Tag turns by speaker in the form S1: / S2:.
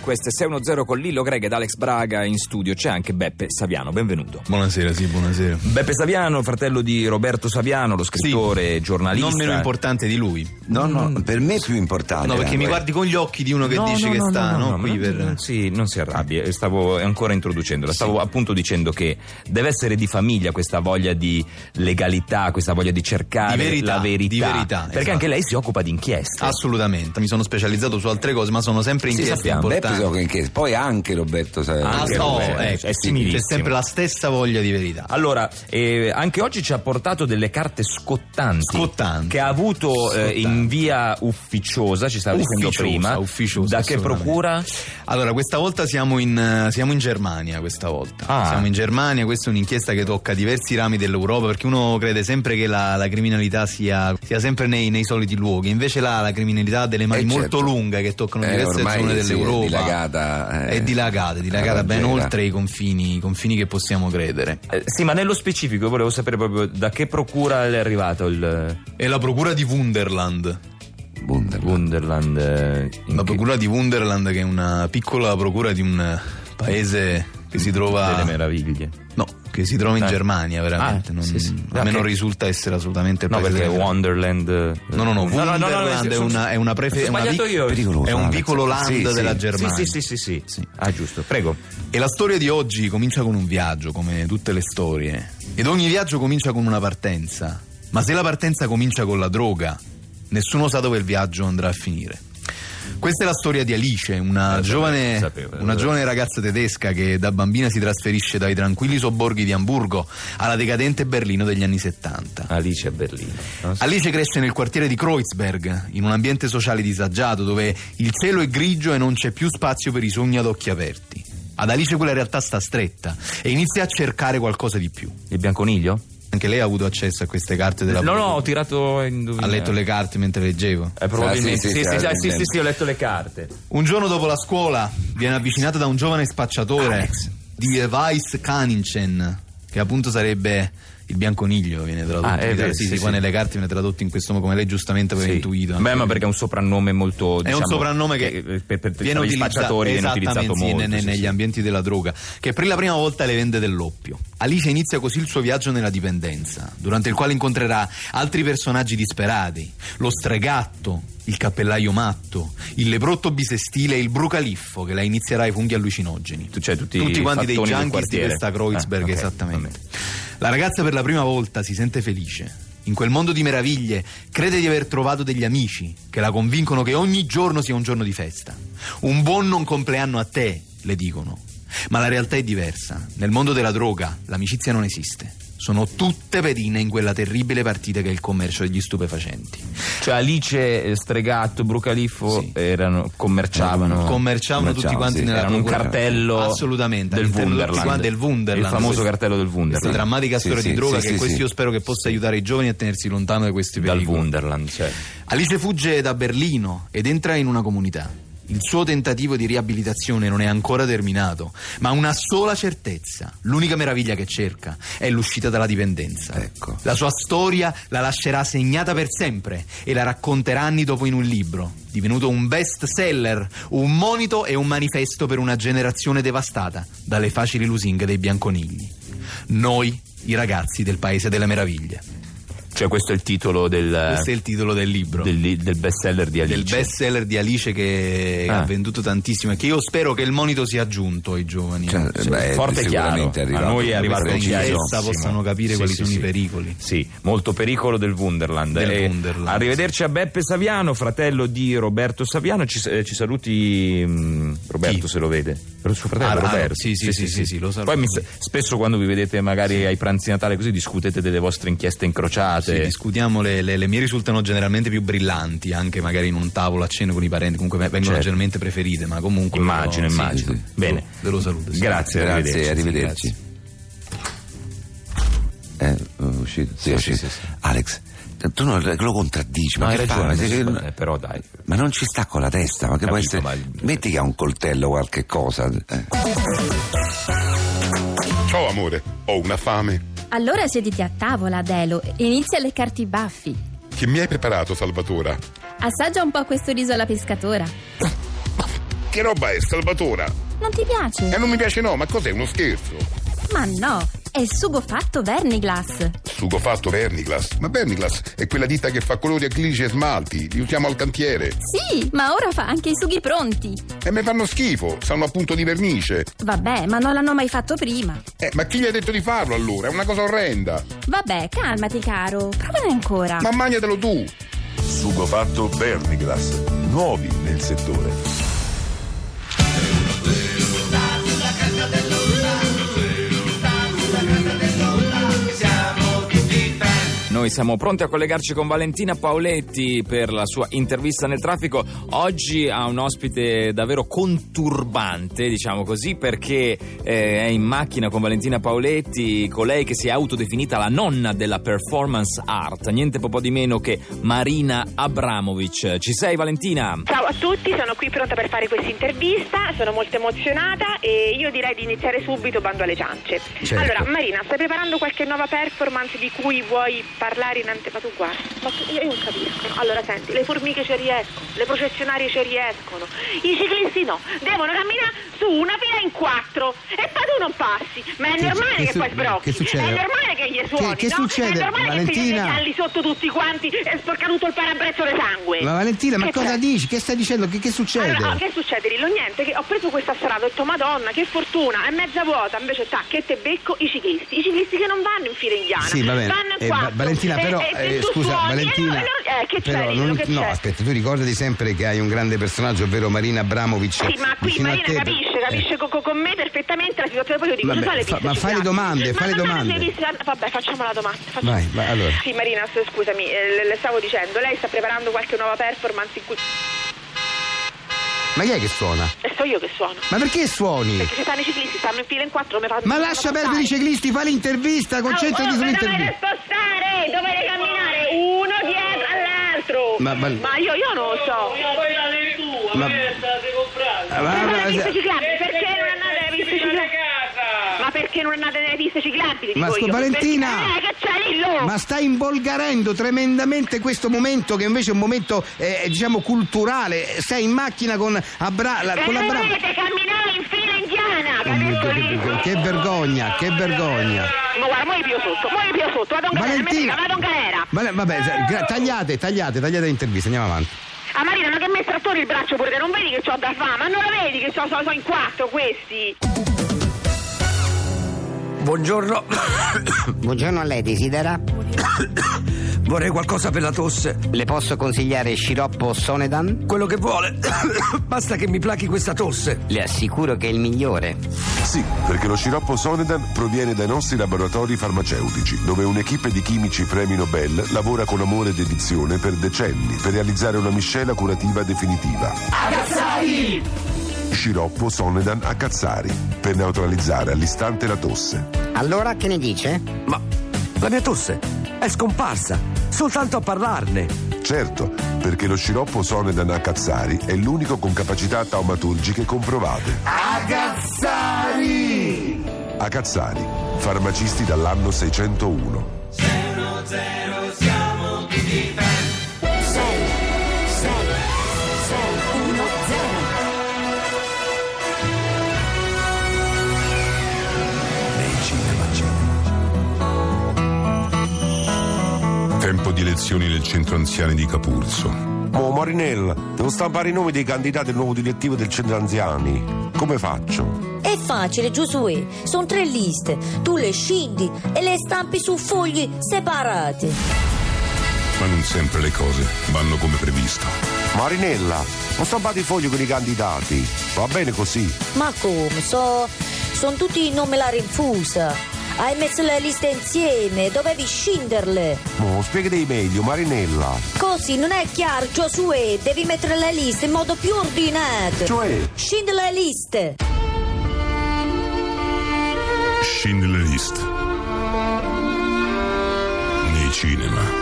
S1: Questo è 610 con Lillo Greg ed Alex Braga in studio. C'è anche Beppe Saviano, benvenuto.
S2: Buonasera, sì, buonasera.
S1: Beppe Saviano, fratello di Roberto Saviano, lo scrittore, giornalista.
S2: Non meno importante di lui.
S3: No, no, per me è più importante.
S2: No, perché mi guardi con gli occhi di uno che
S1: No,
S2: dice
S1: no,
S2: che
S1: no,
S2: sta,
S1: no,
S2: no?
S1: no,
S2: qui
S1: non,
S2: per...
S1: non si, non si arrabbi, eh, stavo ancora introducendola, stavo appunto dicendo che deve essere di famiglia questa voglia di legalità, questa voglia di cercare
S2: Di verità,
S1: la verità, Ah.
S2: di verità,
S1: perché
S2: esatto.
S1: anche lei si occupa di inchieste.
S2: Assolutamente, mi sono specializzato su altre cose, ma sono sempre
S1: Sì,
S2: inchieste
S1: sappiamo.
S3: Beppe
S2: importanti.
S3: so che- che- poi anche Roberto Saviano.
S2: Ah,
S1: Anche
S2: no,
S1: Roberto,
S2: ecco,
S1: è similissimo.
S2: c'è sempre la stessa voglia di verità.
S1: Allora, eh, anche oggi ci ha portato delle carte scottanti.
S2: Scottanti.
S1: Che ha avuto eh,
S2: Scottanti.
S1: in via ufficiosa, ci stava dicendo
S2: Ufficiosa,
S1: prima.
S2: ufficiosa,
S1: da che
S2: assolutamente.
S1: procura?
S2: Allora, questa volta siamo in, eh, siamo in Germania, questa volta.
S1: Ah.
S2: Siamo in Germania, questa è un'inchiesta che tocca diversi rami dell'Europa, perché uno crede sempre che la, la criminalità sia, sia sempre nei, nei soliti luoghi, invece là la criminalità ha delle mani
S3: Eh,
S2: molto
S3: certo.
S2: lunghe che toccano
S3: Eh,
S2: diverse
S3: ormai
S2: zone
S3: sì, è
S2: dell'Europa.
S3: dilagata, eh,
S2: è dilagata, è dilagata
S3: alla
S2: ben
S3: raggiera.
S2: oltre i confini, i confini che possiamo credere.
S1: Eh, sì, ma nello specifico volevo sapere proprio da che procura è arrivato il
S2: È la procura di Wunderland.
S3: Wunderland.
S1: Wonderland. eh, in
S2: La
S1: che-
S2: procura di Wunderland, che è una piccola procura di un eh, paese che si trova.
S1: delle meraviglie.
S2: No, che si trova in
S1: Eh.
S2: Germania, veramente.
S1: Ah,
S2: non,
S1: sì, sì.
S2: A me non
S1: Perché-
S2: risulta essere assolutamente il
S1: No,
S2: paese
S1: perché
S2: delle-
S1: Wonderland. eh,
S2: No, no, no, Wunderland è,
S1: sono-
S2: una, è una prefe-
S1: ho
S2: una
S1: sbagliato
S2: vic-
S1: io.
S3: Pericoloso,
S2: È un
S3: Alex.
S2: piccolo land
S3: Sì, sì.
S2: della
S3: Sì,
S1: Sì,
S2: Germania.
S1: sì, sì, sì, sì,
S2: Sì.
S1: Ah, giusto. Prego.
S2: E la storia di oggi comincia con un viaggio, come tutte le storie. Ed ogni viaggio comincia con una partenza. Ma se la partenza comincia con la droga, nessuno sa dove il viaggio andrà a finire. Questa è la storia di Alice, una,
S1: Eh,
S2: giovane,
S1: sapevo, eh.
S2: una giovane ragazza tedesca che da bambina si trasferisce dai tranquilli sobborghi di Amburgo alla decadente Berlino degli anni 70.
S1: Alice a Berlino. No?
S2: Alice cresce nel quartiere di Kreuzberg, in un ambiente sociale disagiato dove il cielo è grigio e non c'è più spazio per i sogni ad occhi aperti. Ad Alice quella realtà sta stretta e inizia a cercare qualcosa di più.
S1: Il bianconiglio?
S2: Anche lei ha avuto accesso a queste carte della
S1: No, no, ho tirato a
S2: Ha
S1: indovinare.
S2: letto le carte mentre leggevo.
S1: Eh, probabilmente.
S3: Ah, sì,
S1: sì,
S3: sì,
S1: sì, sì,
S3: sì,
S1: sì,
S3: sì,
S1: sì, sì, ho letto le carte.
S2: Un giorno dopo la scuola viene avvicinata da un giovane spacciatore di Weiss Kaninchen, che appunto sarebbe il bianconiglio, viene tradotto.
S1: Ah,
S2: in
S1: è
S2: italiano.
S1: vero,
S2: sì,
S1: sì,
S2: sì,
S1: sì.
S2: poi nelle carte viene tradotto in questo modo come lei giustamente aveva
S1: Sì.
S2: intuito.
S1: Beh, ma perché è un soprannome molto.
S2: È un
S1: diciamo,
S2: soprannome che
S1: eh, per, per,
S2: viene
S1: gli
S2: utilizzato-
S1: spacciatori viene utilizzato
S2: esattamente, sì,
S1: molto.
S2: ne-
S1: sì,
S2: negli
S1: sì.
S2: ambienti della droga, che per la prima volta le vende dell'oppio. Alice inizia così il suo viaggio nella dipendenza, durante il quale incontrerà altri personaggi disperati, lo stregatto, il cappellaio matto, il leprotto bisestile e il brucaliffo che la inizierà ai funghi allucinogeni.
S1: Tu- cioè, tutti
S2: Tutti
S1: i
S2: quanti dei
S1: fattoni del
S2: junkies di
S1: quartiere.
S2: questa Kreuzberg,
S1: Ah, ok,
S2: esattamente. La ragazza per la prima volta si sente felice. In quel mondo di meraviglie crede di aver trovato degli amici che la convincono che ogni giorno sia un giorno di festa. Un buon non compleanno a te, le dicono. Ma la realtà è diversa. Nel mondo della droga l'amicizia non esiste. Sono tutte pedine in quella terribile partita che è il commercio degli stupefacenti.
S1: Cioè, Alice, eh, Stregato, Brucaliffo
S2: Sì.
S1: erano, commerciavano.
S2: commerciavano tutti quanti
S3: sì,
S2: nella
S1: erano un
S2: procura.
S1: cartello
S2: Assolutamente,
S1: del
S2: all'interno di tutti
S1: Wunderland.
S2: quanti, del Wunderland.
S1: Il famoso
S2: Questa-
S1: cartello del
S2: Questa
S1: Wunderland.
S2: drammatica
S3: Sì,
S2: storia
S3: sì,
S2: di droga
S3: sì,
S2: che
S3: sì,
S2: questo
S3: sì.
S2: io spero che possa aiutare i giovani a tenersi lontano da questi
S1: Dal
S2: pericoli.
S1: Wunderland, cioè.
S2: Alice fugge da Berlino ed entra in una comunità. Il suo tentativo di riabilitazione non è ancora terminato, ma ha una sola certezza, l'unica meraviglia che cerca, è l'uscita dalla dipendenza.
S3: Ecco.
S2: La sua storia la lascerà segnata per sempre e la racconterà anni dopo in un libro, divenuto un best seller, un monito e un manifesto per una generazione devastata dalle facili lusinghe dei bianconigli. Noi, i ragazzi del Paese delle Meraviglie.
S1: Cioè, questo è il titolo del,
S2: Questo è il titolo del libro
S1: Eh. del, li- del bestseller di Alice.
S2: del best seller di Alice che
S1: Ah.
S2: ha venduto tantissimo e che io spero che il monito sia giunto ai giovani
S3: Cioè,
S2: Che
S3: beh,
S1: forte e chiaro.
S3: sicuramente è arrivato.
S1: A noi è arrivato
S2: questa
S3: Preciso.
S2: inchiesta
S1: chiarissimo.
S2: possano capire
S1: Sì,
S2: quali
S1: sì,
S2: sono
S1: sì.
S2: i pericoli
S1: Sì, molto pericolo del Wunderland.
S2: Del
S1: E
S2: Wunderland,
S1: Arrivederci a Beppe Saviano, fratello di Roberto Saviano. Ci, eh, ci saluti mm, Roberto
S2: Chi?
S1: se lo vede. Per suo fratello
S2: Ah, ah,
S1: Roberto.
S2: sì, sì, sì, sì, sì, lo saluto.
S1: Poi mi sa- spesso quando vi vedete magari ai pranzi di Natale così discutete delle vostre inchieste
S2: Sì,
S1: incrociate.
S2: discutiamo le, le- le mie risultano generalmente più brillanti anche magari in un tavolo a cena con i parenti comunque vengono
S1: Certo.
S2: generalmente preferite ma comunque
S1: immagino,
S2: però-
S1: immagino.
S2: sì, sì.
S1: Bene.
S2: ve lo saluto sì.
S1: Grazie, arrivederci.
S3: Grazie, arrivederci.
S2: Sì,
S3: Eh, è uscito? Sì, è
S1: Sì,
S3: uscito.
S1: sì, sì, sì.
S3: Alex, tu non lo contraddici,
S1: No,
S3: ma
S1: hai
S3: che fa?
S1: ragione,
S3: Ma sei-
S1: adesso- eh, però dai.
S3: Ma non ci sta con la testa, ma che può
S1: Capito,
S3: essere.
S1: ma-
S3: Metti che ha un coltello o qualche cosa. eh.
S4: Ciao amore, ho una fame.
S5: Allora sediti a tavola, Adelo, e inizia a leccarti i baffi.
S4: Che mi hai preparato, Salvatore?
S5: Assaggia un po' questo riso alla pescatora.
S4: che roba è, Salvatora?
S5: Non ti piace?
S4: E non mi piace no, ma cos'è, uno scherzo?
S5: Ma no, è il sugo fatto Verniglass.
S4: Sugo fatto Verniclass. Ma Verniclass è quella ditta che fa colori, acrilici e smalti, li usiamo al cantiere.
S5: Sì, ma ora fa anche i sughi pronti.
S4: E mi fanno schifo, sanno appunto di vernice.
S5: Vabbè, ma non l'hanno mai fatto prima.
S4: Eh, ma chi gli ha detto di farlo allora? È una cosa orrenda.
S5: Vabbè, calmati caro, provane ancora.
S4: Ma mangiatelo tu.
S6: Sugo fatto Vermiglas, nuovi nel settore.
S1: Noi siamo pronti a collegarci con Valentina Paoletti per la sua intervista nel traffico. Oggi ha un ospite davvero conturbante, diciamo così, perché eh, è in macchina con Valentina Paoletti, colei che si è autodefinita la nonna della performance art, niente po' di meno che Marina Abramovic. Ci sei Valentina?
S7: Ciao a tutti, sono qui pronta per fare questa intervista, sono molto emozionata e io direi di iniziare subito bando alle ciance.
S1: Certo.
S7: Allora, Marina, stai preparando qualche nuova performance di cui vuoi parlare in ante... Ma tu guarda, ma tu- io non capisco. Allora, senti, le formiche ci riescono, le processionarie ci riescono, i ciclisti no, devono camminare su una fila in quattro e poi tu non passi. Ma è
S8: Che-
S7: normale
S8: che
S7: che,
S8: su-
S7: poi sbrocchi,
S8: che succede?
S7: è normale che gli
S8: Che-
S7: suoni,
S8: che
S7: no?
S8: succede,
S7: È normale che si
S8: Valentina?
S7: galli sotto tutti quanti e sporca tutto il parabrezzo di sangue.
S8: Ma Valentina, ma
S7: Che
S8: cosa
S7: c'è?
S8: dici? Che stai dicendo? Che, che succede?
S7: Allora, no, che succede Lillo? Niente, che ho preso questa strada, ho detto Madonna, che fortuna, è mezza vuota, invece ta, che te becco i ciclisti, i ciclisti che non vanno in fila indiana,
S8: Sì, va bene.
S7: vanno in
S8: Eh, Va-
S7: quattro.
S8: Valentina,
S7: E-
S8: però,
S7: e se
S8: eh,
S7: tu
S8: scusa,
S7: suoni,
S8: Valentina,
S7: eh, no, eh, che c'è
S8: però
S7: Lillo,
S8: non-
S7: che
S8: no,
S7: c'è?
S8: aspetta, tu ricordati sempre che hai un grande personaggio, ovvero Marina Abramovic.
S7: Sì, ma qui
S8: vicino a
S7: Marina
S8: te. Eh,
S7: capisce, capisce co- co- con me perfettamente la situazione, poi io dico,
S8: Vabbè,
S7: ci sono le
S8: fa-
S7: piste
S8: ma fai le
S7: ciclabili.
S8: domande,
S7: Ma
S8: fai le
S7: non sono
S8: domande.
S7: piste- Vabbè, facciamo la domanda. facciamo-
S8: Vai, vai, allora.
S7: Sì, Marina, s- scusami, eh, le, le stavo dicendo, lei sta preparando qualche nuova performance in cui...
S8: Ma chi è che suona?
S7: E so io che suono.
S8: Ma perché suoni?
S7: Perché ci stanno i ciclisti, stanno in fila in quattro, me fanno...
S8: Ma
S7: mi
S8: lascia
S7: fanno
S8: perdere i
S7: passare.
S8: ciclisti, fai l'intervista,
S7: Oh,
S8: concentrati
S7: oh,
S8: sull'intervista.
S7: Ma dovete spostare, dovete camminare uno dietro all'altro.
S8: Ma- ma-
S7: io, io non lo so.
S8: Ma- Ah,
S7: Ma
S8: ma-
S7: non
S8: ma-
S7: andate alle piste ciclabili? Perché non andate alle piste ciclabili? Ma perché non andate nelle piste ciclabili?
S8: Ma
S7: dico
S8: scu-
S7: io?
S8: Valentina!
S7: Perché- Eh, che c'è lì, lo?
S8: Ma stai imbolgarendo tremendamente questo momento che invece è un momento, eh, diciamo, culturale. Sei in macchina con, Abra- la-
S7: Eh,
S8: con Abramovic.
S7: dovete camminare in fila indiana, capito lì?
S8: Che vergogna, che vergogna.
S7: Ma guarda, mo' io pio sotto, mo' io pio sotto, vado in galera,
S8: Valentina.
S7: vado in galera.
S8: Vale- vabbè, se- gra- tagliate, tagliate, tagliate l'intervista, andiamo avanti.
S7: Ah Marina, ma che mi hai estratto il braccio pure te, non vedi che ho da fame? Ma non lo vedi che c'ho- sono sono in quattro questi?
S9: Buongiorno,
S10: Buongiorno a lei, desidera?
S9: vorrei qualcosa per la tosse,
S10: Le posso consigliare sciroppo Sonedan?
S9: quello che vuole. Basta che mi plachi questa tosse.
S10: Le assicuro che è il migliore.
S6: Sì, perché lo sciroppo Sonedan proviene dai nostri laboratori farmaceutici, dove un'equipe di chimici premi Nobel lavora con amore ed edizione per decenni per realizzare una miscela curativa definitiva. Agazzari! Sciroppo Sonedan a Cazzari, per neutralizzare all'istante la tosse.
S10: Allora, che ne dice?
S9: Ma la mia tosse è scomparsa, soltanto a parlarne.
S6: Certo, perché lo sciroppo Sonedan a Cazzari è l'unico con capacità taumaturgiche comprovate. Agazzari! Agazzari, farmacisti dall'anno 601.
S4: Tempo di elezioni nel centro anziani di Capurzo.
S6: Oh Marinella, devo stampare i nomi dei candidati al nuovo direttivo del centro anziani. Come faccio?
S11: È facile, Giosuè. Sono tre liste. Tu le scindi e le stampi su fogli separati.
S4: Ma non sempre le cose vanno come previsto.
S6: Marinella, ho stampato i fogli con i candidati. Va bene così.
S11: Ma come? So, sono tutti nome la rinfusa. Hai messo le liste insieme, dovevi scinderle.
S6: Mo, spiegati meglio, Marinella.
S11: Così non è chiaro, Giosuè. Devi mettere le liste in modo più ordinato.
S6: Cioè?
S11: Scendi le liste.
S4: Schindler List. Nei cinema.